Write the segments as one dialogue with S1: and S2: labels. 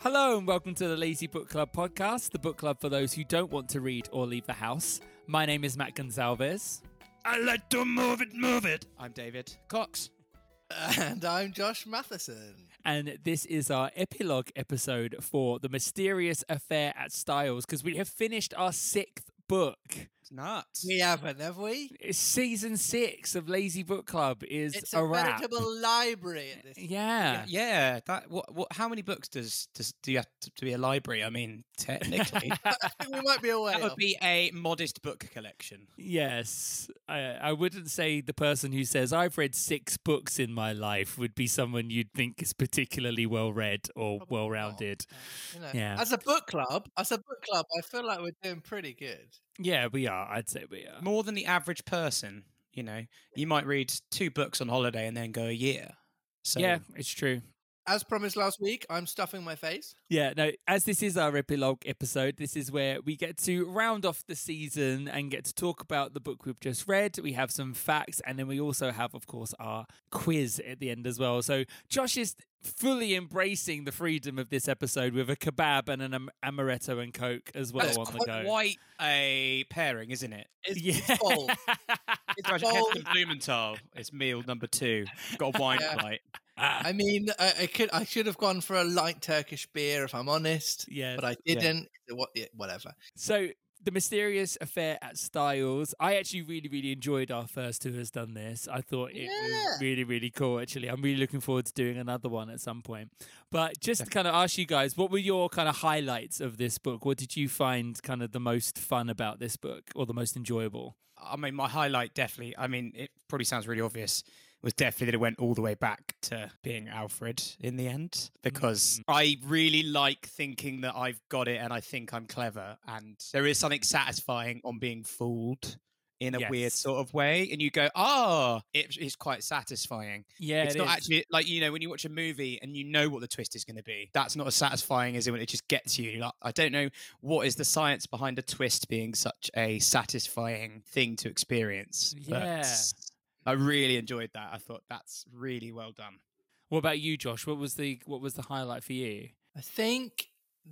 S1: Hello and welcome to the Lazy Book Club podcast, the book club for those who don't want to read or leave the house. My name is Matt Gonsalves.
S2: I like to move it, move it.
S3: I'm David Cox.
S4: And I'm Josh Matheson.
S1: And this is our epilogue episode for The Mysterious Affair at Styles because we have finished our sixth book.
S3: It's nuts.
S4: We haven't, have we?
S1: It's season six of Lazy Book Club is
S4: It's
S1: a,
S4: a
S1: wrap.
S4: veritable library at this
S1: Yeah.
S3: Yeah, that. What, what? How many books does does do you have to, to be a library? I mean, technically,
S4: I think we might be away.
S3: that would be a modest book collection.
S1: Yes. I, I wouldn't say the person who says, I've read six books in my life would be someone you'd think is particularly well read or
S4: Probably not.
S1: well rounded.
S4: you know.
S1: yeah.
S4: As a book club, as a book club, I feel like we're doing pretty good.
S1: Yeah, we are. I'd say we are.
S3: More than the average person, you know. You might read two books on holiday and then go a year. So
S1: Yeah, it's true.
S4: As promised last week, I'm stuffing my face.
S1: Yeah, no, as this is our epilogue episode, this is where we get to round off the season and get to talk about the book we've just read. We have some facts, and then we also have, of course, our quiz at the end as well. So Josh is fully embracing the freedom of this episode with a kebab and an am- amaretto and coke as well
S3: that's
S1: on the
S3: quite,
S1: go.
S3: quite a pairing, isn't it?
S4: It's
S1: Yeah.
S4: bold. It's bold.
S3: Heston Blumenthal. It's meal number two. Got a wine
S4: Yeah.
S3: flight.
S4: I mean, I, I could, I should have gone for a light Turkish beer if I'm honest,
S1: Yes.
S4: but I didn't. So What? yeah, Whatever.
S1: So the mysterious affair at Styles. I actually really, really enjoyed our first who has done this. I thought it was
S4: Yeah.
S1: really, really cool. Actually, I'm really looking forward to doing another one at some point. But just to kind of ask you guys, what were your kind of highlights of this book? What did you find kind of the most fun about this book, or the most enjoyable?
S3: I mean, my highlight definitely. I mean, it probably sounds really obvious. Was definitely that it went all the way back to being Alfred in the end because I really like thinking that I've got it and I think I'm clever, and there is something satisfying on being fooled in a weird
S1: Yes.
S3: sort of way, and you go, "Ah, it, it's quite satisfying."
S1: Yeah,
S3: it's
S1: it
S3: not
S1: is.
S3: actually like you know when you watch a movie and you know what the twist is going to be. That's not as satisfying as it when it just gets you. Like, I don't know what is the science behind a twist being such a satisfying thing to experience. but
S1: Yeah.
S3: I really enjoyed that. I thought that's really well done.
S1: What about you, Josh? What was the what was the highlight for you?
S4: I think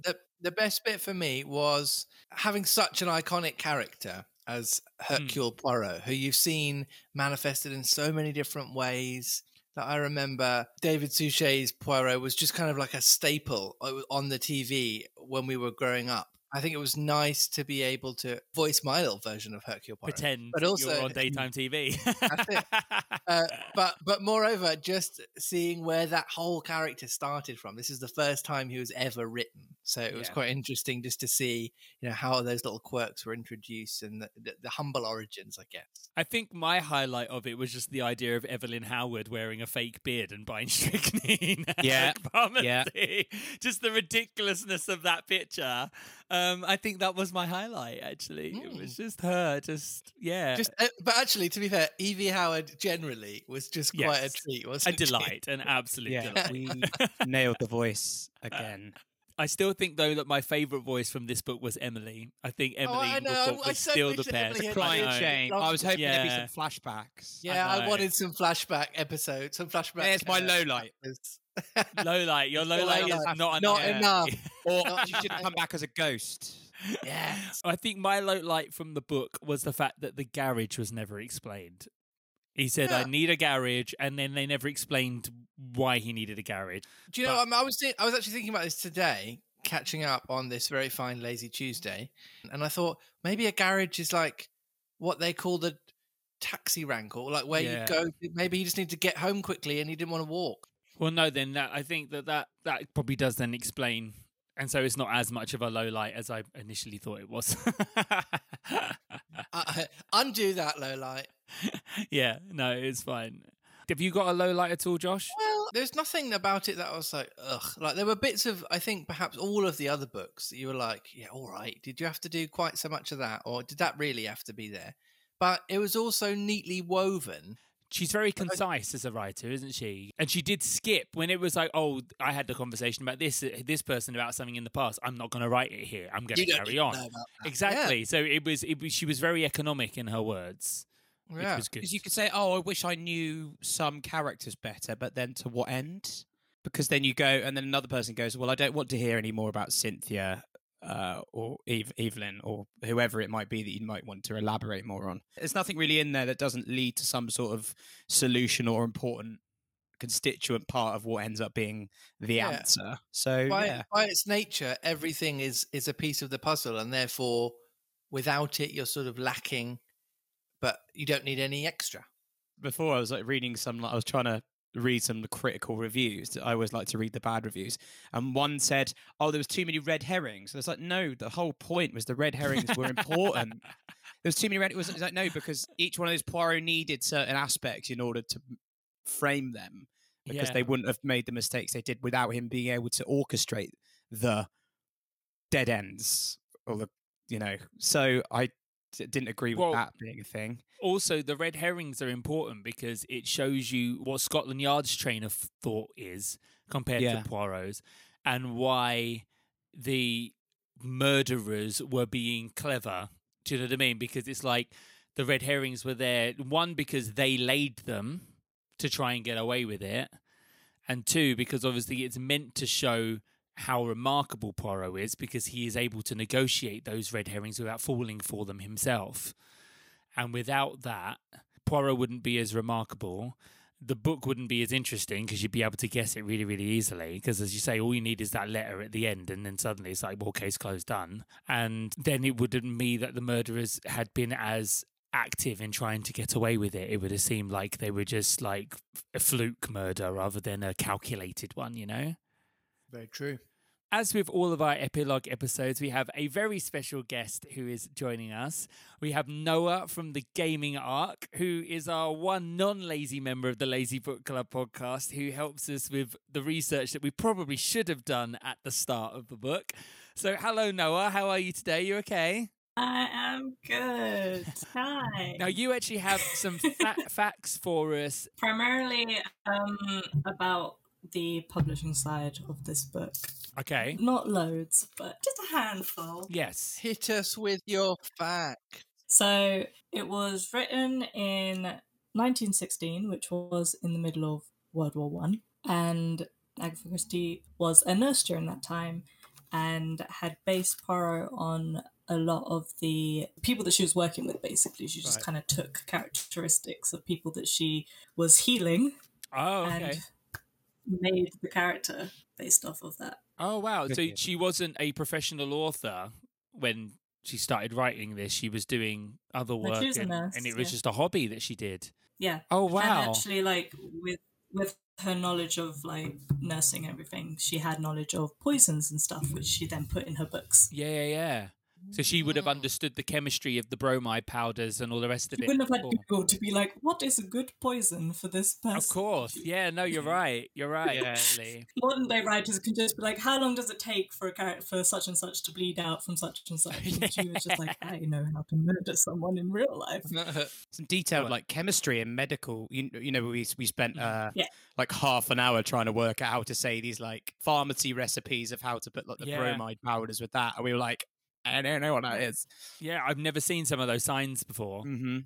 S4: the the best bit for me was having such an iconic character as Hercule Poirot, who you've seen manifested in so many different ways. That I remember David Suchet's Poirot was just kind of like a staple o- on the TV when we were growing up. I think it was nice to be able to voice my little version of Hercule Poirot.
S1: Pretend,
S4: But also-
S1: you're on daytime TV.
S4: Uh, but but moreover, just seeing where that whole character started from. This is the first time he was ever written, so it was
S3: Yeah.
S4: quite interesting just to see you know how those little quirks were introduced and the, the, the humble origins, I guess.
S1: I think my highlight of it was just the idea of Evelyn Howard wearing a fake beard and buying strychnine. at
S3: Yeah,
S1: the pharmacy.
S3: yeah.
S1: Just the ridiculousness of that picture. Um, I think that was my highlight, actually. It
S3: Mm.
S1: was just her, just, yeah.
S4: Just, uh, but actually, to be fair, Evie Howard generally was just quite
S1: Yes.
S4: a treat,
S1: a
S4: wasn't she?
S1: delight, an absolute
S3: Yeah,
S1: delight.
S3: we nailed the voice again.
S1: I still think, though, that my favourite voice from this book was Emily. I think Emily
S4: Oh, I know.
S1: Woolcott was
S4: I so
S1: still the
S4: wish that
S1: best.
S4: Emily had
S1: I
S3: Crying
S4: know.
S3: shame. I was hoping
S1: Yeah.
S3: there'd be some flashbacks.
S4: Yeah,
S1: know.
S4: I wanted some flashback episodes, some flashback.
S3: There's my low light.
S1: know. Lowlight, your Lowlight
S4: Lowlight.
S1: is not enough.
S4: Not enough.
S3: Or
S4: Not-
S3: you should come back as a ghost.
S4: Yeah.
S1: I think my low light from the book was the fact that the garage was never explained. He said, "I
S4: Yeah.
S1: need a garage," and then they never explained why he needed a garage.
S4: Do you know?
S1: But-
S4: um, I was think- I was actually thinking about this today, catching up on this very fine lazy Tuesday, and I thought maybe a garage is like what they call the taxi rank, or like where
S1: Yeah.
S4: you go. Maybe you just need to get home quickly, and he didn't want to walk.
S1: Well, no, then that, I think that, that that probably does then explain, and so it's not as much of a low light as I initially thought it was.
S4: Uh, undo that low light.
S1: yeah, no, it's fine. Have you got a low light at all, Josh?
S4: Well, there's nothing about it that I was like, ugh. Like there were bits of, I think perhaps all of the other books that you were like, yeah, all right. Did you have to do quite so much of that, or did that really have to be there? But it was also neatly woven.
S1: She's very concise as a writer, isn't she? And she did skip when it was like, "Oh, I had the conversation about this uh, this person about something in the past. I'm not going to write it here. I'm going to
S4: You don't need
S1: carry
S4: to
S1: on."
S4: know about that.
S1: Exactly. So it was, it was. She was very economic in her words,
S4: Yeah.
S1: which
S4: Yeah.
S1: was good.
S3: Because you could say, "Oh, I wish I knew some characters better," but then to what end? because then you go and then another person goes, well, I don't want to hear any more about Cynthia uh, or Eve, Evelyn or whoever it might be that you might want to elaborate more on. There's nothing really in there that doesn't lead to some sort of solution or important constituent part of what ends up being the
S4: Yeah.
S3: answer. So
S4: by,
S3: yeah.
S4: by its nature, everything is is a piece of the puzzle, and therefore, without it, you're sort of lacking. But you don't need any extra.
S3: before I was like reading some like, I was trying to read some critical reviews. that I always like to read the bad reviews. And one said, "Oh, there was too many red herrings." And it's like, "No, the whole point was the red herrings were important. there was too many red it was it's like no because each one of those Poirot needed certain aspects in order to m- frame them because
S1: Yeah.
S3: they wouldn't have made the mistakes they did without him being able to orchestrate the dead ends or the you know. So I d- didn't agree with
S1: Well,
S3: that being a thing.
S1: Also, the red herrings are important because it shows you what Scotland Yard's train of thought is compared
S3: Yeah.
S1: to Poirot's and why the murderers were being clever. Do you know what I mean? Because it's like the red herrings were there, one, because they laid them to try and get away with it, and two, because obviously it's meant to show how remarkable Poirot is because he is able to negotiate those red herrings without falling for them himself. And without that, Poirot wouldn't be as remarkable. The book wouldn't be as interesting because you'd be able to guess it really, really easily. Because as you say, all you need is that letter at the end, and then suddenly it's like, well, case closed, done. And then it wouldn't be that the murderers had been as active in trying to get away with it. It would have seemed like they were just like a fluke murder rather than a calculated one, you know?
S4: Very true.
S1: As with all of our epilogue episodes, we have a very special guest who is joining us. We have Noah from the Gaming Arc, who is our one non lazy member of the Lazy Book Club podcast, who helps us with the research that we probably should have done at the start of the book. So, hello, Noah. How are you today? You okay?
S5: I am good. Hi.
S1: Now, you actually have some fa- facts for us.
S5: Primarily um, about the publishing side of this book.
S1: Okay.
S5: Not loads, but just a handful.
S1: Yes.
S4: Hit us with your fact.
S5: So it was written in 1916, which was in the middle of World War One, and Agatha Christie was a nurse during that time, and had based Poirot on a lot of the people that she was working with. Basically, she just
S4: Right.
S5: kind of took characteristics of people that she was healing
S1: Oh, okay.
S5: and made the character based off of that.
S1: Oh wow! So
S3: Okay.
S1: she wasn't a professional author when she started writing this. She was doing other
S5: No,
S1: work,
S5: she was a
S1: and,
S5: nurse,
S1: and it was
S5: yeah.
S1: just a hobby that she did.
S5: Yeah,
S1: Oh
S5: and
S1: wow!
S5: actually like with with her knowledge of like nursing and everything she had knowledge of poisons and stuff which she then put in her books
S1: Yeah, yeah, yeah. So she would have
S4: Mm.
S1: understood the chemistry of the bromide powders and all the rest of
S5: she
S1: it.
S5: wouldn't have had
S1: before.
S5: google to be like what is a good poison for this person
S1: Of course, yeah. No, you're right. You're right.
S3: Yeah.
S1: actually.
S5: modern day writers can just be like how long does it take for a character for such and such to bleed out from such and such and she was just like i know how to murder someone in real life
S4: Uh,
S3: some detailed
S1: Alright.
S3: like chemistry and medical you, you know we, we spent uh
S5: Yeah.
S3: like half an hour trying to work out how to say these like pharmacy recipes of how to put like the
S1: Yeah.
S3: bromide powders with that and we were like i don't know what that
S1: Yeah, I've never seen some of those signs before.
S3: mm-hmm.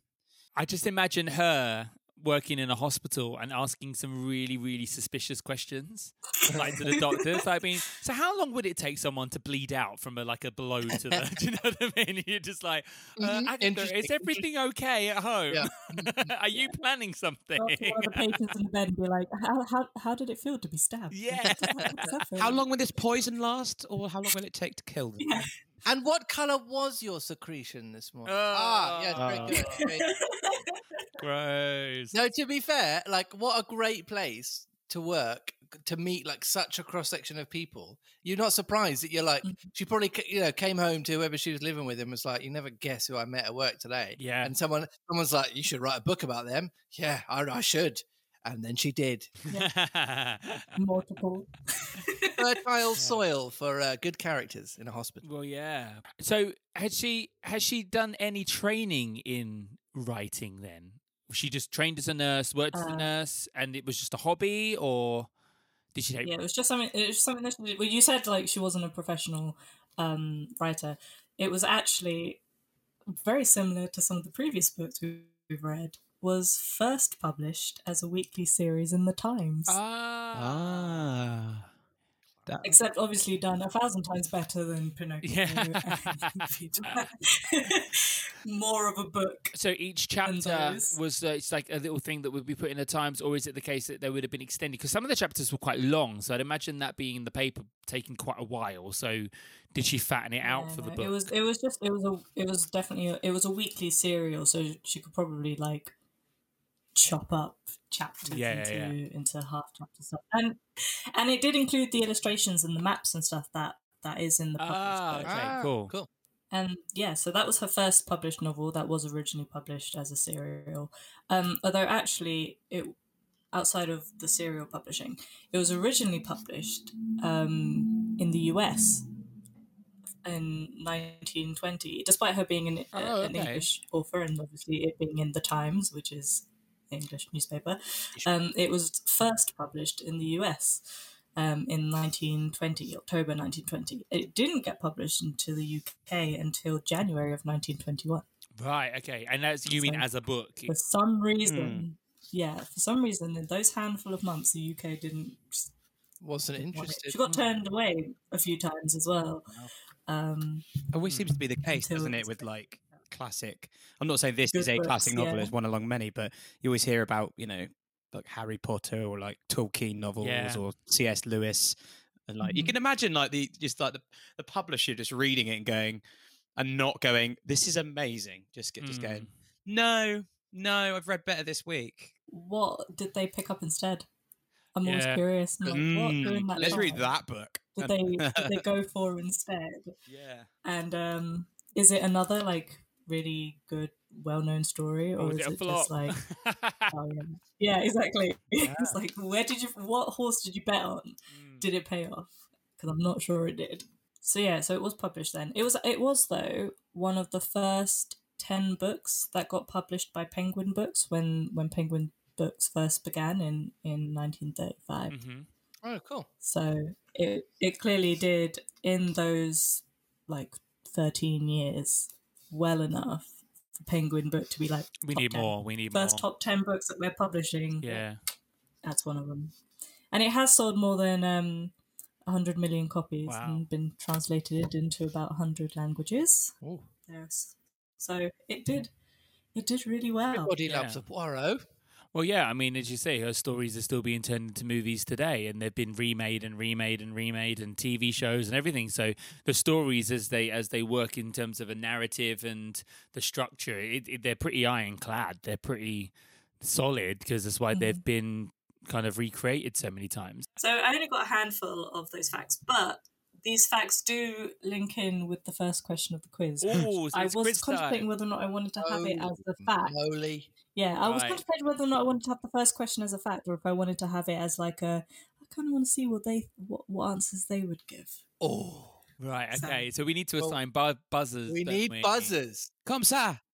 S1: I just imagine her working in a hospital and asking some really, really suspicious questions, like to the doctors. I mean, so how long would it take someone to bleed out from a, like a blow to the? do you know what I mean? You're just like, uh,
S4: Mhm,
S1: Agatha, is
S4: interesting,
S1: everything okay at home?
S4: Yeah.
S1: Are you planning something?
S5: Go up to one of the patients in the bed and be like how, how, how did it feel to be stabbed
S1: yeah.
S5: What's that
S3: how
S5: feel?
S3: long will this poison last or how long will it take to kill them
S5: Yeah.
S4: And what color was your secretion this morning?
S1: Oh.
S4: ah, yes, very good. Very good.
S1: Gross.
S4: No, to be fair, like what a great place to work to meet like such a cross section of people. You're not surprised that you're like
S5: Mm.
S4: she probably c- you know came home to whoever she was living with and was like, you never guess who I met at work today.
S1: Yeah.
S4: and someone someone's like, you should write a book about them. Yeah, I, I should. And then she did.
S5: multiple
S4: Fertile soil for uh, good characters in a hospital.
S1: well, yeah. So had she has she done any training in writing then? Was She just trained as a nurse, worked as a
S5: Uh,
S1: nurse, and it was just a hobby, or did she take?
S5: yeah, it was just something. It was just something that she did. Well, you said like she wasn't a professional um, writer. It was actually very similar to some of the previous books we- we've read, was first published as a weekly series in the Times,
S1: Ah.
S3: Ah. That-
S5: except obviously done a thousand times better than Pinocchio.
S1: Yeah.
S5: and Peter Pan. More of a book.
S1: So each chapter
S5: those.
S1: was uh, it's like a little thing that would be put in the times, or is it the case that they would have been extended? Because some of the chapters were quite long, so I'd imagine that being in the paper taking quite a while. So did she fatten it out
S5: Yeah,
S1: for the
S5: no,
S1: book?
S5: It was it was just it was a it was definitely a, it was a weekly serial, so she could probably like chop up chapters
S1: Yeah,
S5: into
S1: yeah,
S5: into half chapters stuff. and and it did include the illustrations and the maps and stuff that that is in the published
S1: Ah,
S5: book.
S1: okay, cool.
S4: Cool.
S5: And Um, yeah, so that was her first published novel that was originally published as a serial. Um, although actually, it outside of the serial publishing, it was originally published um, in the US in 1920. Despite her being an, uh,
S1: Oh,
S5: an
S1: okay.
S5: English author and obviously it being in the Times, which is an English newspaper, um, it was first published in the US um, in 1920, October 1920. It didn't get published into the UK until January of 1921.
S1: Right, okay. And that's you mean
S5: So-
S1: as a book.
S5: For some reason,
S1: Hmm.
S5: yeah, for some reason, in those handful of months, the UK didn't.
S4: Wasn't
S5: want it.
S4: interested.
S5: She
S1: Hmm.
S5: got turned away a few times as well. Um,
S3: Always seems to be the case,
S5: Until
S3: doesn't it,
S5: it's
S3: with
S5: been-
S3: like classic. I'm not saying this
S5: Good
S3: is a
S5: books,
S3: classic novel;
S5: yeah.
S3: it's one along many. But you always hear about, you know, like Harry Potter or like Tolkien novels
S1: Yeah.
S3: or C.S. Lewis, and like you
S5: Mhm.
S3: can imagine, like the just like the, the publisher just reading it and going, and not going, "This is amazing." Just get
S1: Hmm.
S3: just
S5: Mm.
S3: going, "No, no, I've read better this week."
S5: what did they pick up instead? I'm always
S1: Yeah. Hmm.
S5: curious. I'm like, what during
S3: Mm,
S5: that
S3: let's read
S5: time
S3: that book.
S5: Did they, did they go for instead?
S3: yeah.
S5: And um, is it another like really good, well-known story, or,
S1: Or was
S5: is
S1: Oh, it
S5: it,
S1: a flop?
S5: just like, oh, yeah. yeah, exactly? it's like, where did you? What horse did you bet on?
S1: Mm.
S5: Did it pay off? Because I'm not sure it did. So yeah, so it was published then. It was it was though one of the first ten books that got published by Penguin Books when when Penguin Books first began in in 1935.
S1: Mhm.
S4: Oh, cool.
S5: So it it clearly did in those like thirteen years well enough for Penguin Book to be like
S1: We
S5: top
S1: need
S5: 10.
S1: more. We need
S5: First
S1: more.
S5: top ten books that we're publishing.
S1: Yeah.
S5: that's one of them, and it has sold more than um, hundred million copies
S1: Wow.
S5: and been translated into about hundred languages.
S4: Ooh.
S5: There's, so it did, it did really well.
S4: Everybody
S1: yeah.
S4: loves a Poirot.
S1: Well, yeah, I mean, as you say, her stories are still being turned into movies today, and they've been remade and remade and remade, and TV shows and everything. So the stories, as they as they work in terms of a narrative and the structure, it, it, they're pretty ironclad. They're pretty solid because that's why they've been kind of recreated so many times.
S5: So I only got a handful of those facts, but these facts do link in with the first question of the quiz.
S1: Oh, so
S5: I
S1: it's
S5: was
S1: quiz time.
S5: contemplating whether or not I wanted to have it
S4: Oh,
S5: as the fact.
S4: Holy.
S5: Yeah, I was
S1: Right.
S5: contemplating whether or not I wanted to have the first question as a fact, or if I wanted to have it as like a. I kind of want to see what they what, what answers they would give.
S4: Oh.
S1: Right.
S5: So-
S1: Okay. So we need to
S4: Well,
S1: assign bu- buzzers.
S4: We
S1: don't
S4: need
S1: we?
S4: buzzers.
S3: Come, sir.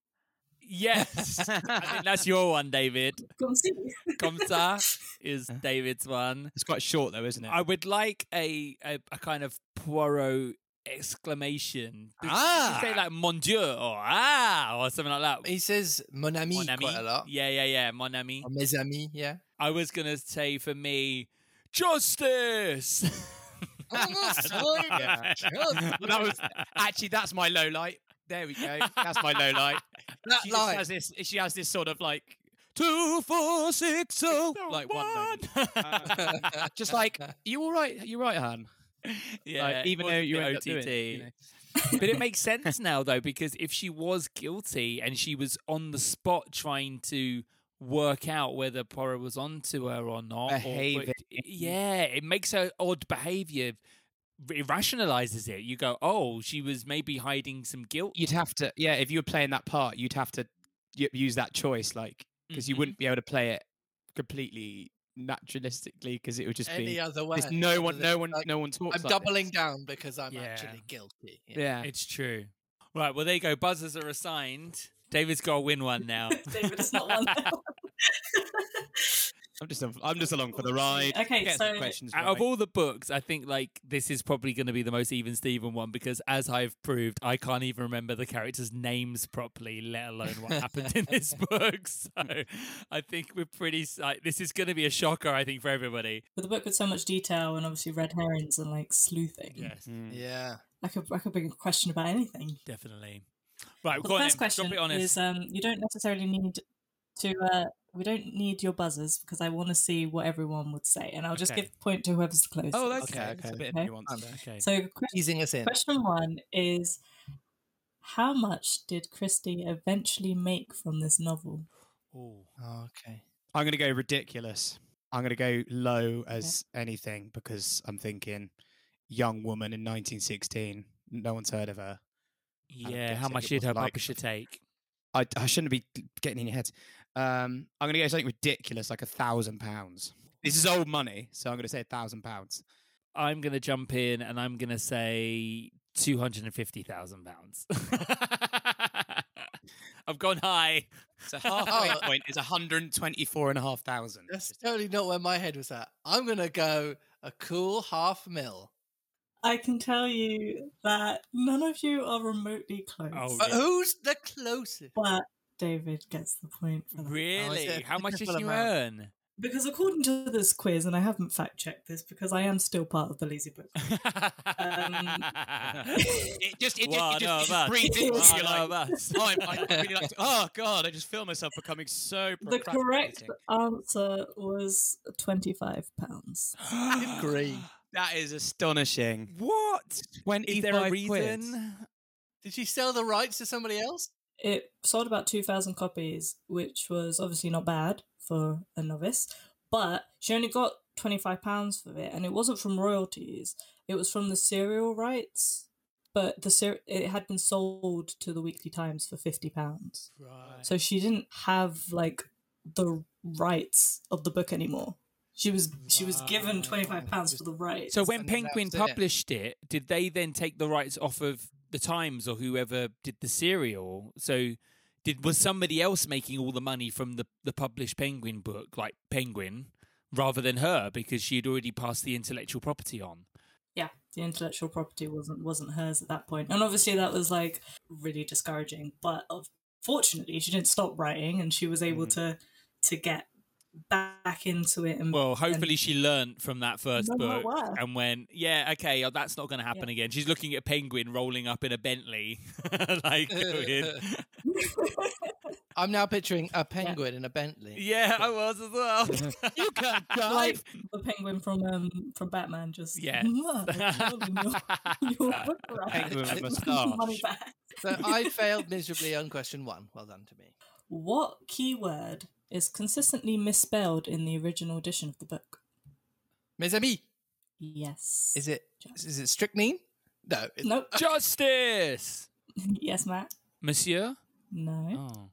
S1: Yes. I think that's your one, David.
S5: Come see.
S1: Comta is David's one.
S3: It's quite short though, isn't it?
S1: I would like a a, a kind of Poirot exclamation. Did- did you
S3: Ah.
S1: say like mon dieu or ah or something like that.
S4: He says mon ami,
S1: Mon
S4: quite a
S1: ami.
S4: lot.
S1: Yeah, yeah, yeah. Mon ami.
S3: Um,
S4: Or mes amis, yeah.
S1: I was gonna say for me, justice.
S3: that was actually that's my low light. There we go. That's my low light.
S4: That
S3: she just
S4: line.
S3: has this. She has this sort of like two, four, six, oh, like one. moment. Uh, Just like you, all right? You right, Han?
S1: yeah,
S3: Like,
S1: it
S3: even though
S1: wasn't
S3: you
S1: the
S3: end
S1: OTT.
S3: up doing it, you know.
S1: but it makes sense now though because if she was guilty and she was on the spot trying to work out whether Poirot was onto her or not, or- but-
S3: Behaving.
S1: yeah, it makes her odd behaviour. It rationalizes it. You go, oh, she was maybe hiding some guilt.
S3: You'd have to, yeah. If you were playing that part, you'd have to y- use that choice, like because you
S1: Mhm.
S3: wouldn't be able to play it completely naturalistically because it would just
S4: Any
S3: be.
S4: other way.
S3: There's no
S4: other
S3: one,
S4: than,
S3: no one,
S4: like,
S3: no one talks.
S4: I'm
S3: like
S4: doubling
S3: this.
S4: down because I'm
S1: Yeah.
S4: actually guilty. Yeah.
S3: Yeah.
S1: It's true. uh" Right. Well, there you go. Buzzers are assigned. David's got to win one now.
S5: David, it's not one.
S3: I'm just I'm just along for the ride.
S5: Okay,
S3: Get some
S5: so-
S3: questions
S1: Out of
S3: right.
S1: all the books, I think like this is probably going to be the most even Steven one because, as I've proved, I can't even remember the characters' names properly, let alone what happened in this book. So I think we're pretty. s- Like, this is going to be a shocker, I think, for everybody.
S5: But the book with so much detail and obviously red herrings and like sleuthing.
S1: Yes,
S3: Hmm.
S4: Yeah.
S5: I could I could bring a question about anything.
S1: definitely. Right,
S5: Well,
S1: go
S5: the
S1: on
S5: first
S1: then,
S5: question
S1: drop it on us.
S5: is um, you don't necessarily need to. Uh, we don't need your buzzers because I want to see what everyone would say, and I'll just
S1: Okay.
S5: give the point to whoever's the closest.
S3: Oh, okay,
S4: Okay,
S3: okay. It's a
S4: okay.
S3: bit of
S5: Okay.
S3: nuance
S4: Um,
S3: there.
S1: okay.
S5: So que-
S4: Easing us in.
S5: question one is, how much did Christie eventually make from this novel?
S1: Ooh.
S4: okay.
S3: I'm going to go ridiculous. I'm going to go low as anything because I'm thinking young woman in 1916. No one's heard of her. I'm
S1: Yeah, how
S3: guessing
S1: much
S3: it
S1: did
S3: was
S1: her
S3: like-
S1: publisher take?
S3: I, I shouldn't be getting in your heads. Um, I'm going to go something ridiculous, like a thousand pounds. This is old money, so I'm going to say a thousand pounds.
S1: I'm going to jump in and I'm going to say two hundred and fifty thousand pounds. I've gone high.
S3: So
S1: halfway
S4: Oh.
S3: point is 124 and a half thousand.
S4: That's totally not where my head was at. I'm going to go a cool half mil.
S5: I can tell you that none of you are remotely close.
S1: Oh,
S4: But
S1: yeah.
S4: who's the closest?
S5: But David gets the point for that.
S1: Really?
S4: said
S1: How much did
S4: reasonable
S1: you
S4: amount.
S3: Um,
S1: earn?
S5: Because according to this quiz, and I haven't fact checked this because I am still part of the Lazy Book. Club,
S3: It just, it just,
S1: One
S3: it
S1: of
S3: just, it
S1: us.
S3: just breathes into
S1: One
S3: you like,
S1: of us.
S3: oh, I'm- I really like to- oh, God, I just feel myself becoming so
S5: The correct
S3: procrastinating.
S5: answer was twenty-five pounds.
S3: Oh,
S4: Agree.
S3: That is astonishing.
S1: What? Is
S3: 25
S1: there a
S3: E quid.
S1: reason?
S4: Did she sell the rights to somebody else?
S5: It sold about two thousand copies, which was obviously not bad for a novice. But she only got twenty-five pounds for it, and it wasn't from royalties; it was from the serial rights. But the ser- it had been sold to the Weekly Times for fifty pounds.
S1: Right.
S5: So she didn't have like the rights of the book anymore. She was she was given twenty five pounds for the rights.
S1: So when
S4: And then that
S1: Penguin
S4: was it.
S1: published it, did they then take the rights off of the Times or whoever did the serial? So did was somebody else making all the money from the, the published Penguin book, like Penguin, rather than her because she had already passed the intellectual property on?
S5: yeah, the intellectual property wasn't wasn't hers at that point, and obviously that was like really discouraging. But uh, fortunately, she didn't stop writing, and she was able to to get back into it.
S3: Um,
S5: And
S1: Well, hopefully she learnt from that first
S5: Learn her
S1: book
S5: worth.
S1: and went, yeah, okay, oh, that's not going to happen again. She's looking at Penguin rolling up in a Bentley, like, going,
S4: I'm now picturing a penguin in a Bentley.
S1: yeah, I was as well. you can't
S5: like the penguin from um from Batman, just
S1: Yes.
S5: your, your right.
S3: Penguin with a
S5: Money
S3: moustache.
S5: back.
S4: So I failed miserably on question one. Well done to me.
S5: What keyword is consistently misspelled in the original edition of the book?
S4: Mes amis,
S5: Yes.
S4: is it is it strychnine? No. it's-
S5: Nope.
S1: Justice,
S5: yes, Matt.
S1: Monsieur.
S5: No.
S1: Oh,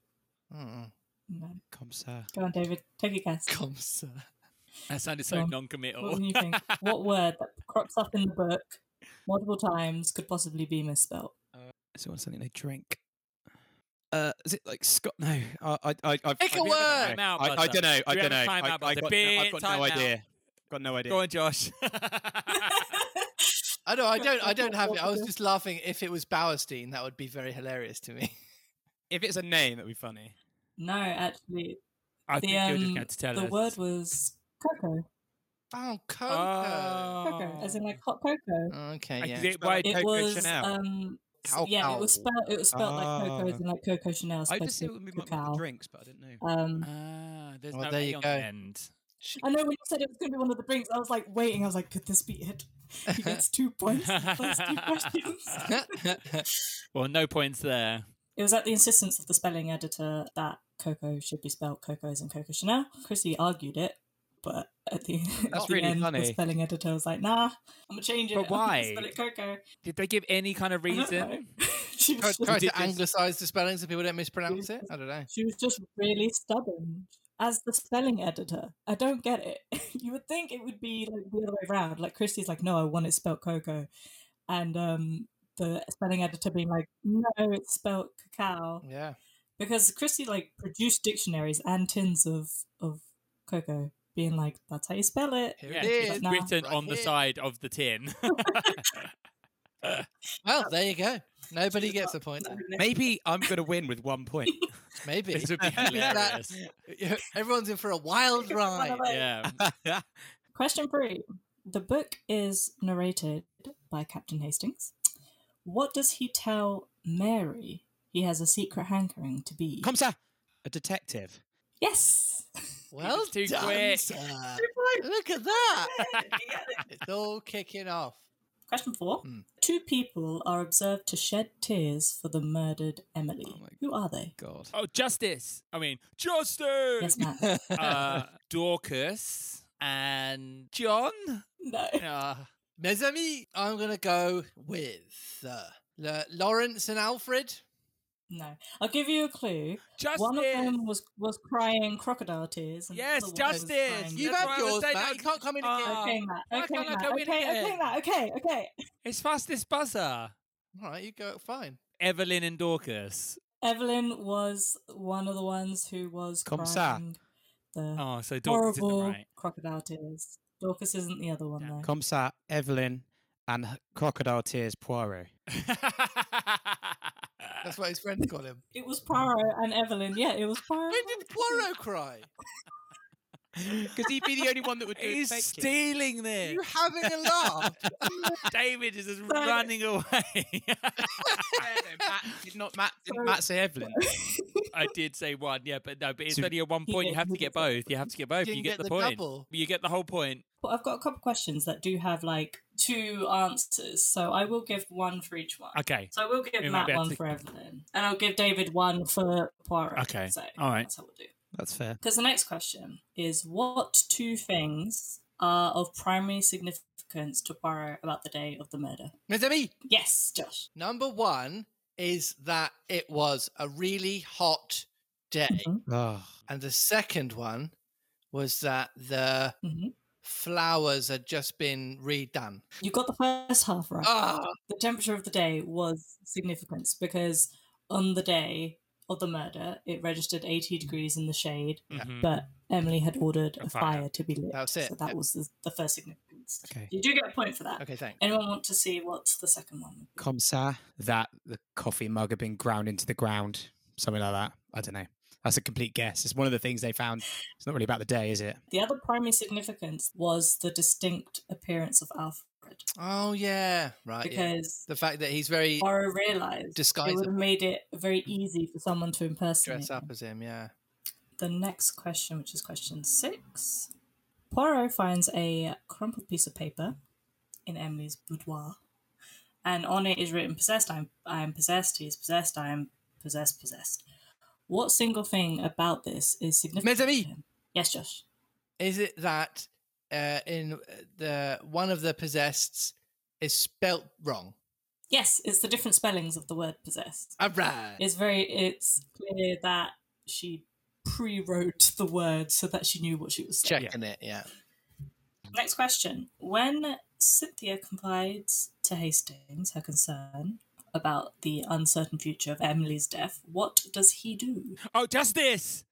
S4: Mm-mm.
S5: No.
S3: Come, sir.
S5: Go on, David. Take a guess.
S4: Come, sir.
S1: that sounded
S5: Go
S1: so
S5: on.
S1: non-committal.
S5: What do you think? what word that crops up in the book multiple times could possibly be misspelled?
S3: Is it want something they drink? Uh, is it like Scott? No, I, I, I, I
S4: Pick
S3: I
S4: a
S3: really don't know.
S1: Time out,
S3: I, I
S1: buzzer.
S3: don't know. I
S1: We
S3: don't know.
S1: have a
S3: I,
S1: time out,
S3: I,
S1: buzzer.
S3: got, no,
S1: Big
S3: I've got
S1: time
S3: no
S1: out.
S3: idea. Got no idea.
S1: Go on, Josh.
S4: I know I don't. I don't have it. I was just laughing. If it was Bauerstein, that would be very hilarious to me.
S3: If it's a name, that'd be funny.
S5: no, actually,
S1: I
S5: the,
S1: think you're just
S5: um,
S1: going to tell
S5: the
S1: us.
S5: word was cocoa.
S4: Oh, cocoa.
S1: Oh.
S5: Cocoa, as in like hot cocoa.
S4: okay,
S1: I
S4: yeah.
S1: did- why-
S5: It
S3: Coco
S5: was
S3: Chanel.
S5: um, s-
S4: Cow
S5: yeah, it was
S4: cow.
S5: spelled it was spelled like cocoa, as
S3: Ah.
S5: in like Coco Chanel. it's
S3: I
S5: supposed
S3: just
S5: to
S3: said it
S5: be
S3: would be my Uh,
S5: cacao.
S3: drinks, but I didn't know.
S5: Um,
S1: Ah, there's
S4: Well,
S1: no
S4: there
S1: A
S4: you
S1: on
S4: go.
S1: the end.
S5: I know when you said it was going to be one of the drinks, I was like waiting. I was like, could this be it? He gets two points. for the first two questions.
S1: Well, no points there.
S5: It was at the insistence of the spelling editor that Coco should be spelled Coco as in Coco Chanel. Chrissy argued it, but at the,
S3: That's
S5: at the
S3: really
S5: end, the
S3: funny.
S5: spelling editor was like, nah, I'm going to change it.
S1: But
S5: I'm gonna
S1: why?
S5: Spell it Coco.
S1: Did they give any kind of
S5: I don't know.
S1: reason?
S5: she,
S4: Try,
S5: was
S4: try
S5: just,
S4: to anglicise the spelling so people don't mispronounce it. I don't know.
S5: she was just really stubborn as the spelling editor. I don't get it. you would think it would be like the other way around. Like Christy's like, no, I want it spelled Coco. And um, the spelling editor being like, no, it's spelled cacao.
S4: Yeah.
S5: because Christie like produced dictionaries and tins of of cocoa being like, "That's how you spell it."
S4: Here
S1: Yeah,
S4: it
S1: it's
S4: is.
S5: Now-
S1: written
S4: Right
S1: on the
S4: here.
S1: side of the tin.
S4: Well, there you go. Nobody gets a point. there.
S3: Maybe I'm going to win with one point.
S4: Maybe.
S1: this would be
S4: That-
S1: hilarious.
S4: Everyone's in for a wild ride.
S1: yeah.
S5: Question three. The book is narrated by Captain Hastings. What does he tell Mary he has a secret hankering to be?
S3: Comsa, a detective.
S5: yes!
S4: Well
S1: was too
S4: done,
S1: quick.
S4: sir. Look at that. It's all kicking off.
S5: Question four.
S4: Hmm.
S5: Two people are observed to shed tears for the murdered Emily.
S3: Oh my-
S5: Who are they?
S3: God.
S1: Oh, Justice. I mean, Justice.
S5: Yes, Matt.
S1: uh, Dorcas and John.
S5: no.
S1: Uh,
S4: Mes amis, I'm going to go with uh, La- Lawrence and Alfred.
S5: No. I'll give you a clue.
S1: Justice.
S5: One of them was, was crying crocodile tears. and the
S1: Yes,
S5: other one was
S1: Justice!
S5: crying-
S4: You
S1: Mm, That's
S4: have
S1: what I was
S4: yours,
S1: saying,
S4: Matt.
S1: I-
S4: You can't come in again.
S1: Ah.
S5: Okay, Matt.
S1: Why
S5: Okay,
S1: can't I
S5: Matt.
S1: go in
S5: Okay,
S1: again?
S5: okay, Matt. Okay, okay.
S1: it's fastest buzzer.
S4: All right, you go. Fine.
S1: Evelyn and Dorcas.
S5: Evelyn was one of the ones who was
S3: Comme ça.
S5: crying the
S1: Oh, so Dorcas isn't
S5: horrible
S1: right.
S5: crocodile tears. Dorcas isn't the other one
S1: Yeah.
S5: though.
S3: Comsa, Evelyn, and h- Crocodile Tears Poirot.
S4: That's what his friend called him.
S5: it was Poirot and Evelyn. Yeah, it was Poirot.
S4: When did Poirot cry?
S3: Because he'd be the only one that would do it
S1: He's
S3: fakely.
S1: stealing
S4: Are
S1: this.
S4: you having a laugh?
S1: David is just running away.
S3: Matt, did not Matt,
S5: So-
S3: didn't Matt say Evelyn?
S1: I did say one, yeah, but no, but it's
S3: So-
S1: only a one
S5: He
S1: point.
S5: did,
S1: You have
S5: he
S1: to get
S5: did say
S1: both. You have to get both. You,
S4: Didn't
S1: get, the point.
S4: double.
S1: You get the whole point.
S5: But I've got a couple questions that do have like two answers, so I will give one for each one.
S1: Okay.
S5: So I will give
S1: We might
S5: Matt
S1: be able
S5: one
S1: to-
S5: for Evelyn, and I'll give David one for Poirot.
S1: Okay,
S5: so
S1: all right.
S5: that's how we'll do.
S3: That's fair.
S5: Because the next question is what two things are of primary significance to Poirot about the day of the murder?
S4: Mes amis,
S5: Yes, Josh.
S4: number one is that it was a really hot day.
S1: Mm-hmm.
S5: Mhm.
S3: Oh.
S4: And the second one was that the
S5: Mhm.
S4: flowers had just been redone.
S5: You got the first half right.
S4: Ah,
S5: the temperature of the day was significant because on the day of the murder, it registered 80 degrees in the shade,
S1: Mhm.
S5: but Emily had ordered a,
S1: A fire.
S5: fire. to be lit.
S4: That's it.
S5: So that was the, the first significance.
S3: Okay.
S5: You do get a point for that.
S4: okay, thanks.
S5: Anyone want to see what the second one would be?
S3: Comsa, that the coffee mug had been ground into the ground. Something like that. I don't know. That's a complete guess. It's one of the things they found. It's not really about the day, is it?
S5: The other primary significance was the distinct appearance of Alfred
S4: Oh yeah, right. Yeah.
S5: because
S4: The fact that he's very
S5: Poirot realised it would have
S4: disguisable,
S5: made it very easy for someone to impersonate
S4: Mm. dress
S5: him.
S4: up as him. Yeah.
S5: the next question, which is question six. Poirot finds a crumpled piece of paper in Emily's boudoir, and on it is written, Possessed, I'm, I am possessed, he is possessed, I am possessed, possessed. What single thing about this is significant?
S4: Mes amis.
S5: to him? Yes, Josh.
S4: Is it that uh, in the one of the possesseds is spelt wrong?
S5: Yes, it's the different spellings of the word possessed.
S4: All right.
S5: It's very, it's clear that she pre wrote the word so that she knew what she was saying.
S4: Checking it. Yeah.
S5: Next question. When Cynthia confides to Hastings her concern about the uncertain future of Emily's death, what does he do?
S1: Oh, justice!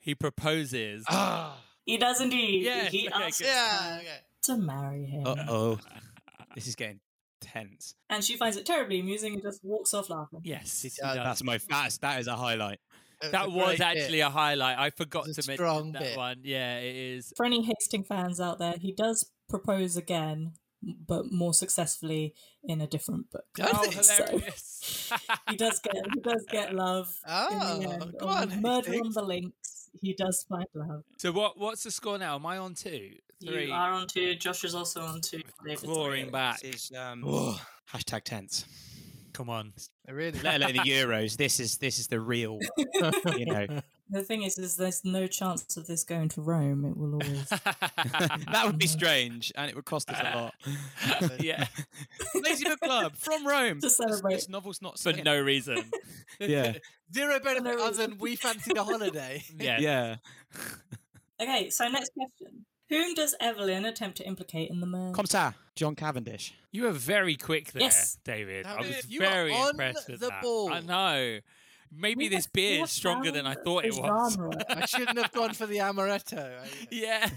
S1: He proposes.
S4: Ah.
S5: He does indeed.
S1: Yes,
S5: he
S1: okay,
S5: asks
S1: good.
S4: yeah.
S5: her
S4: Okay.
S5: to marry him.
S3: Uh oh. this is getting tense.
S5: And she finds it terribly amusing and just walks off laughing.
S1: yes. he
S4: does.
S1: does.
S3: That's my that's that is a highlight.
S4: It
S1: that
S4: a
S1: was
S4: great
S1: actually
S4: bit.
S1: a highlight. I forgot
S4: It's a
S1: to mention
S4: strong
S1: that
S4: bit.
S1: one. Yeah, it is.
S5: For any Hastings fans out there, he does propose again, but more successfully in a different book.
S4: Does
S1: oh,
S4: he?
S5: So-
S1: hilarious.
S5: He does get he does get love. in the
S4: Oh,
S5: end.
S4: go on,
S5: murder on
S4: Hastings.
S5: the links. He does find love.
S1: so what? What's the score now? Am I on two, three?
S5: You are on two. Josh is also on two. David's on
S1: Clawing
S5: two.
S1: back.
S3: This is, um, hashtag tense.
S1: Come on.
S4: I really.
S3: Let alone the Euros. This is this is the real. You know
S5: The thing is, is there's no chance of this going to Rome. It will always.
S3: that would be strange, and it would cost us a lot.
S1: yeah,
S3: Lazy Book Club from Rome.
S5: To celebrate.
S3: This novel's not
S1: for
S3: set.
S1: no reason.
S3: Yeah,
S4: Zero benefit
S5: No.
S4: other than we fancied a holiday.
S1: Yeah.
S3: yeah.
S5: okay, so next question: Whom does Evelyn attempt to implicate in the murder?
S3: Comsa, John Cavendish.
S1: You were very quick there,
S5: Yes.
S1: David.
S4: That
S1: I
S4: was-
S1: was
S4: you are
S1: very
S4: on
S1: impressed with
S4: the
S1: that.
S4: ball.
S1: I know. Maybe
S5: We
S1: this
S5: have- we
S1: beer
S5: have
S1: is stronger than I
S5: found
S1: thought it
S5: the
S1: was.
S5: genre.
S4: I shouldn't have gone for the amaretto. I-
S1: Yeah.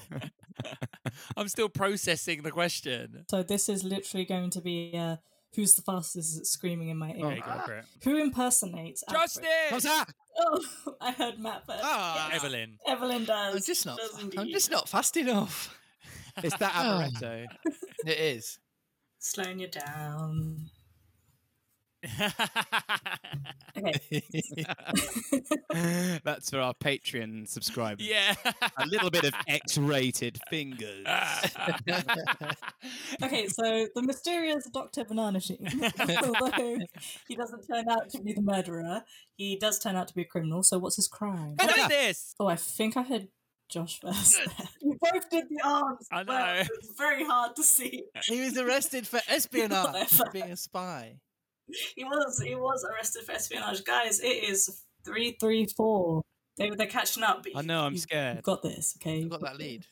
S1: I'm still processing the question.
S5: So this is literally going to be uh, who's the fastest at screaming in
S4: Oh,
S5: my
S1: Okay,
S5: ear?
S4: ah,
S1: go for it.
S5: Who impersonates?
S1: Justin!
S5: Alfred?
S3: What's that?
S5: Oh, I heard Matt first.
S3: Ah,
S5: Yes,
S1: Evelyn.
S5: Evelyn does.
S4: I'm just not.
S5: does
S4: I'm
S5: indeed.
S4: just not fast enough.
S3: It's that amaretto.
S4: It is.
S5: slowing you down. Okay,
S3: That's for our Patreon subscribers.
S1: yeah.
S3: A little bit of X-rated fingers.
S5: okay. So the mysterious Doctor Banana Sheen, although he doesn't turn out to be the murderer, he does turn out to be a criminal. So what's his crime?
S1: What is this?
S5: Oh, I think I heard Josh first. you both did the arms.
S1: I
S5: Well,
S1: know.
S5: it's very hard to see.
S4: He was arrested for espionage, for being a spy.
S5: He was he was arrested for espionage, guys. It is three three four. They they're catching up. but
S3: I know, I'm
S5: you-
S3: scared.
S5: You've got this, okay?
S4: You've got that lead.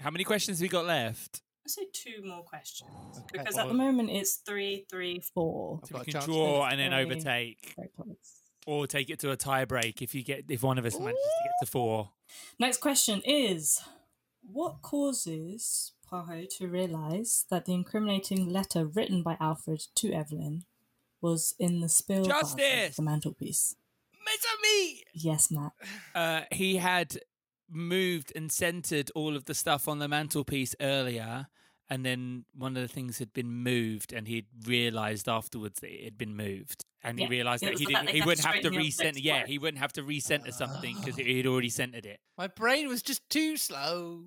S1: How many questions have we got left?
S5: I say two more questions because at the moment it's three three four.
S4: I've
S1: So
S4: got a
S1: we can
S4: chance
S1: draw and
S5: then.
S1: then
S5: Okay.
S1: overtake,
S5: Very close.
S1: or take it to a tie break if you get if one of us manages to get to four.
S5: Next question is: What causes Poirot to realize that the incriminating letter written by Alfred to Evelyn was in the spill bath of
S1: Justice!
S5: the mantelpiece?
S4: Mezzami!
S5: Yes, Matt.
S1: Uh, he had moved and centered all of the stuff on the mantelpiece earlier, and then one of the things had been moved, and he'd realized afterwards that it had been moved, and
S5: Yeah,
S1: he realized
S5: it
S1: that
S5: was
S1: he
S5: the
S1: didn't.
S5: fact they
S1: He
S5: had
S1: wouldn't
S5: to
S1: have to
S5: straighten the Ah.
S1: recenter.
S5: upside
S1: Yeah,
S5: part.
S1: he wouldn't have to recenter something because he'd already centered it.
S4: My brain was just too slow.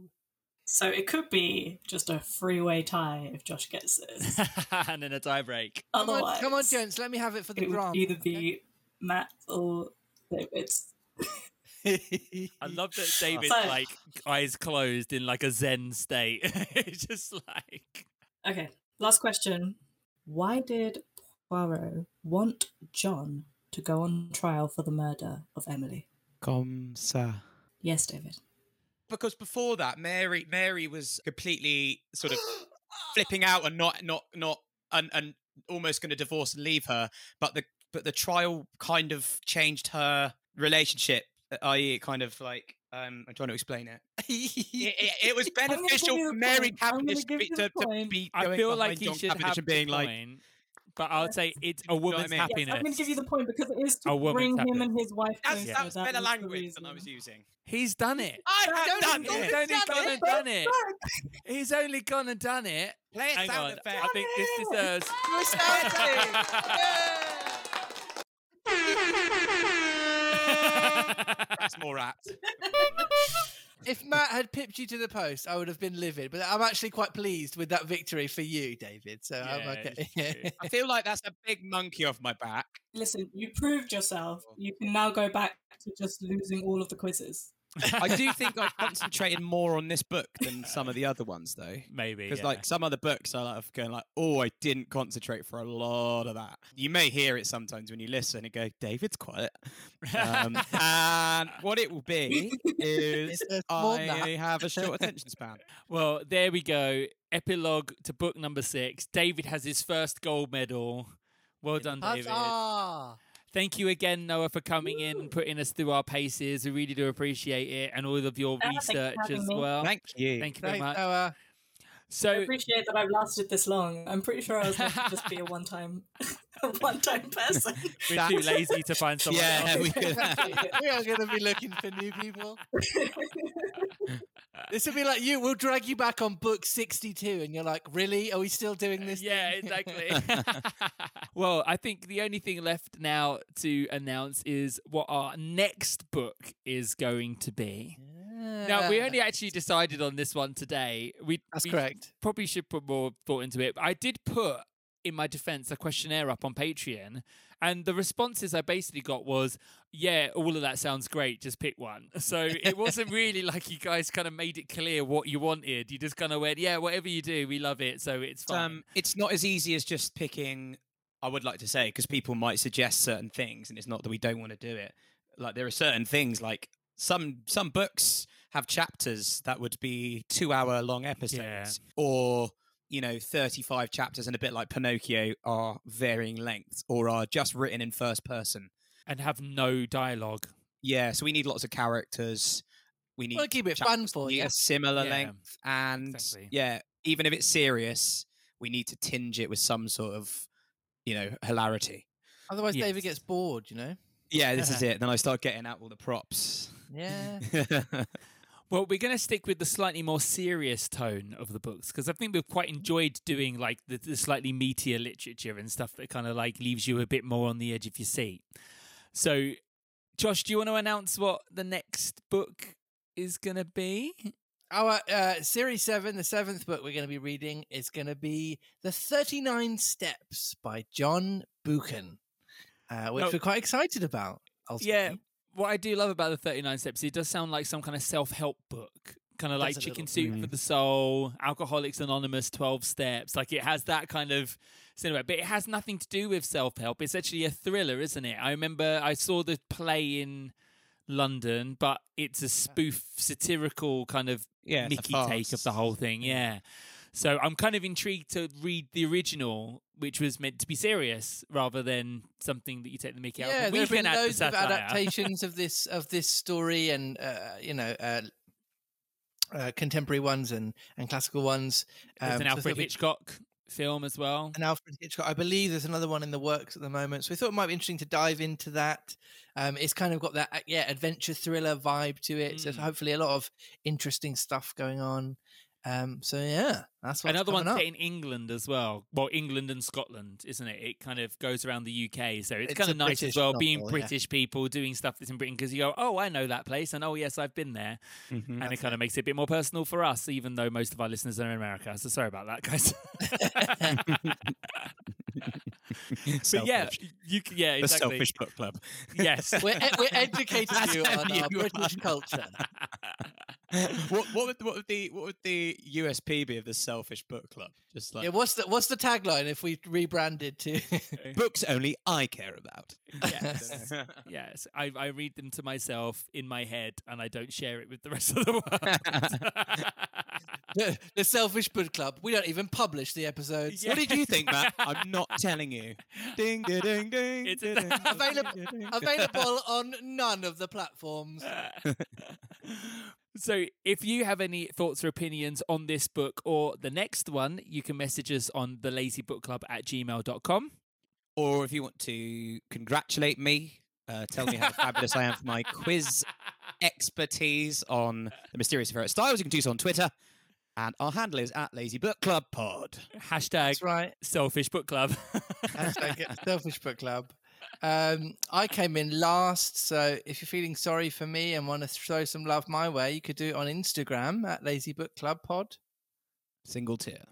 S5: So it could be just a three-way tie if Josh gets this.
S1: and then a tie break.
S4: Come
S5: Otherwise,
S4: on, come on, gents, let me have it for the
S5: It would
S4: drama.
S5: either be Matt or David's.
S1: I love that David's
S5: So-
S1: like eyes closed in like a zen state. it's just like
S5: Okay, last question. Why did Poirot want John to go on trial for the murder of Emily?
S3: Comme ça.
S5: Yes, David.
S3: because before that, Mary Mary was completely sort of flipping out and not not not and and almost going to divorce and leave her. But the but the trial kind of changed her relationship, i.e., it kind of like um, I'm trying to explain it. it, it- it was
S5: I'm gonna give
S3: beneficial
S5: you
S3: for
S5: the
S3: Mary
S5: point. I'm gonna
S3: Cavendish to
S5: give
S3: be,
S5: you
S3: to,
S5: the
S3: to
S5: point.
S3: be.
S1: I
S3: going
S1: feel
S3: behind
S1: like he
S3: John
S1: should
S3: Cavendish
S1: have
S3: and being
S1: the
S3: like,
S1: point, but I'll say it's a
S3: what I
S1: woman's
S3: mean? Yes,
S5: Yes, I'm going
S1: happiness.
S5: to give you the point because it is to
S1: A woman's
S5: bring him
S1: happiness.
S5: and his wife
S3: That's,
S5: closer.
S3: that was
S5: That
S3: better
S5: the
S3: language than I
S5: reason.
S3: was using.
S1: He's done it.
S3: I have
S4: don't
S3: done
S4: even
S1: He's
S3: it.
S4: know.
S1: only
S4: done
S1: gone
S4: it.
S1: and done it. He's only gone and done it.
S3: Play it
S1: Hang
S3: sound
S1: on,
S3: effect.
S1: I think this deserves.
S3: That's more apt.
S4: if Matt had pipped you to the post, I would have been livid. But I'm actually quite pleased with that victory for you, David. So
S1: Yeah,
S4: I'm okay.
S1: it's true.
S3: I feel like that's a big monkey off my back.
S5: Listen, you proved yourself.
S3: Oh.
S5: You can now go back to just losing all of the quizzes.
S3: I do think I've concentrated more on this book than some of the other ones, though.
S1: Maybe
S3: Because
S1: yeah.
S3: like some other books, I like going like, oh, I didn't concentrate for a lot of that. You may hear it sometimes when you listen and go, David's quiet. Um, and what it will be is
S4: It's a small
S3: I
S4: nap.
S3: have a short attention span.
S1: Well, there we go. Epilogue to book number six. David has his first gold medal. Well done, David.
S4: Huzzah!
S1: Thank you again, Noah, for coming in and putting us through our paces. We really do appreciate it and all of your
S5: Ah, thanks for
S1: research
S5: having
S1: as
S5: me.
S1: well.
S3: Thank you.
S1: Thank you very
S4: Thanks,
S1: much.
S4: Noah.
S1: uh,
S5: I
S1: So,
S5: appreciate that I've lasted this long. I'm pretty sure I was meant to just be a one-time, a one-time person.
S1: we're too lazy to find someone else.
S3: yeah, we could.
S4: we are going to be looking for new people. this would be like you. We'll drag you back on book 62, and you're like, really? Are we still
S1: Uh,
S4: doing this?
S1: Yeah,
S4: thing?"
S1: exactly. well, I think the only thing left now to announce is what our next book is going to be. Now, we
S4: Yeah.
S1: only actually decided on this one today. We
S4: That's
S1: we
S4: correct.
S1: Probably should put more thought into it. I did put in my defense a questionnaire up on Patreon, and the responses I basically got was, "Yeah, all of that sounds great. Just pick one." So it wasn't really like you guys kind of made it clear what you wanted. You just kind of went, "Yeah, whatever you do, we love it." So it's fine.
S3: um, it's not as easy as just picking. I would like to say because people might suggest certain things, and it's not that we don't want to do it. Like there are certain things, like some some books have chapters that would be two hour long episodes, or you know thirty five chapters, and a bit like Pinocchio are varying lengths, or are just written in first person.
S1: and have no dialogue.
S3: Yeah, so we need lots of characters. We need
S4: Well, keep it
S3: chapters
S4: fun for
S3: that need
S4: you.
S3: a similar
S1: Yeah,
S3: length, and
S1: exactly.
S3: yeah, even if it's serious, we need to tinge it with some sort of, you know, hilarity.
S4: Otherwise,
S1: Yes.
S4: David gets bored. You know.
S3: Yeah, this is it. Then I start getting out all the props.
S4: Yeah.
S1: Well, we're going to stick with the slightly more serious tone of the books because I think we've quite enjoyed doing like the, the slightly meatier literature and stuff that kind of like leaves you a bit more on the edge of your seat. So, Josh, do you want to announce what the next book is going to be?
S4: Our uh, series seven, the seventh book we're going to be reading is going to be the Thirty Nine Steps by John Buchan, uh, which
S1: No.
S4: we're quite excited about.
S1: Yeah.
S4: Ultimately.
S1: What I do love about the 39 Steps, it does sound like some kind of self help book, kind of like
S4: Does a
S1: Chicken
S4: little.
S1: Soup
S3: Mm.
S1: for the Soul, Alcoholics Anonymous, 12 Steps. Like it has that kind of cinema, but it has nothing to do with self help. It's actually a thriller, isn't it? I remember I saw the play in London, but it's a spoof, satirical kind of
S3: yeah, it's a
S1: Mickey take of the
S3: farce.
S1: whole thing. Yeah. So I'm kind of intrigued to read the original, which was meant to be serious rather than something that you take the Mickey out. of.
S4: Yeah,
S1: We
S4: there have
S1: can
S4: been
S1: add the
S4: loads of
S1: satire.
S4: adaptations of this of this story, and uh, you know, uh, uh, contemporary ones and and classical ones.
S1: There's an
S4: Um, so I
S1: Alfred
S4: thought we-
S1: Hitchcock film as well.
S4: an Alfred Hitchcock. I believe there's another one in the works at the moment, so we thought it might be interesting to dive into that. Um, it's kind of got that uh, yeah adventure thriller vibe to it. So
S1: Mm.
S4: hopefully a lot of interesting stuff going on. Um, so yeah, that's what's
S1: Another one
S4: coming
S1: set in
S4: up.
S1: England as well. Well, England and Scotland, isn't it? It kind of goes around the UK, so it's,
S4: It's
S1: kind
S4: a
S1: of nice
S4: British
S1: as well being
S4: novel, yeah.
S1: British people doing stuff that's in Britain because you go, oh, I know that place, and oh yes, I've been there,
S4: Mm,
S3: Mhm.
S1: and it kind of makes it a bit more personal for us, even though most of our listeners are in America. So sorry about that, guys. but yeah,
S3: Selfish.
S1: you c- yeah
S3: the
S1: exactly.
S3: selfish book club.
S1: Yes.
S4: We're, e- we're educating
S3: That's
S4: you on our
S3: everyone.
S4: British culture.
S3: what, what would what would the what would the USP be of the selfish book club? Just like
S4: Yeah, what's the what's the tagline if we rebranded to?
S3: books only I care about.
S1: yes. Yes, I, I read them to myself in my head, and I don't share it with the rest of the world.
S4: the, the Selfish Book Club. We don't even publish the episodes.
S1: Yeah.
S3: What did you think, Matt? I'm not telling you. Ding, ding, ding, ding.
S1: It's
S3: ding,
S1: a-
S3: ding, ding,
S4: Available-
S3: ding, ding.
S4: Available on none of the platforms.
S1: so if you have any thoughts or opinions on this book or the next one you can message us on the lazy book club at gmail.com
S3: Or if you want to congratulate me, uh, tell me how fabulous I am for my quiz expertise on the mysterious affair at Styles. You can do so on Twitter. And our handle is at Lazy Book Club Pod.
S1: hashtag
S4: That's right.
S1: selfish book club
S4: Hashtag get selfish book club. Um, I came in last, so if you're feeling sorry for me and want to throw some love my way, you could do it on Instagram at Lazy Book Club Pod.
S3: Single tier.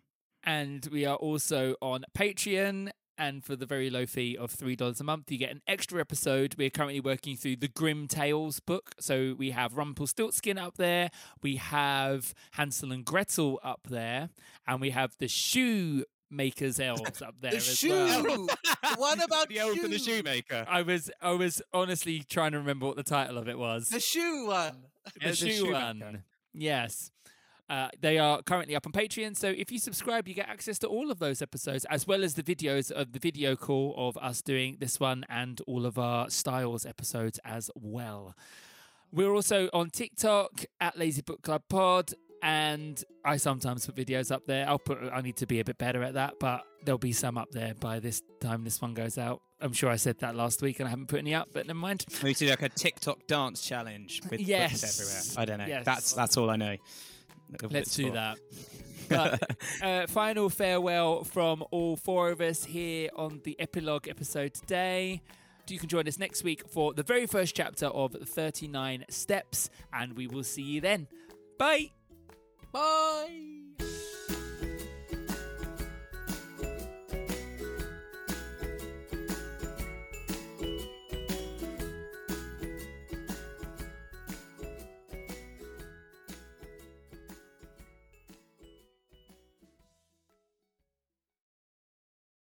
S1: and we are also on patreon and for the very low fee of $3 a month, you get an extra episode. We're currently working through the Grim Tales book. So we have Rumpelstiltskin up there, we have Hansel and Gretel up there, and we have the Shoe Maker's Elves up there
S4: The
S1: as
S4: shoe,
S1: well.
S4: the one about
S3: the elf and the
S4: shoes.
S3: shoemaker.
S1: I was I was honestly trying to remember what the title of it was.
S4: the shoe one.
S1: The
S3: the
S1: shoe
S3: shoemaker.
S1: one. Yes. Uh, they are currently up on Patreon, so if you subscribe, you get access to all of those episodes, as well as the videos of the video call of us doing this one and all of our Styles episodes as well. We're also on TikTok at Lazy Book Club Pod, and I sometimes put videos up there. I'll put I need to be a bit better at that, but there'll be some up there by this time this one goes out. I'm sure I said that last week and I haven't put any up, but never mind.
S3: We used to do like a TikTok dance challenge with books
S1: Yes.
S3: everywhere. I don't know.
S1: Yes.
S3: That's that's all I know. of
S1: Let's
S3: books
S1: do
S3: for.
S1: that. But uh, final farewell from all four of us here on the epilogue episode today. You can join us next week for the very first chapter of 39 Steps, and we will see you then. Bye.
S4: Bye.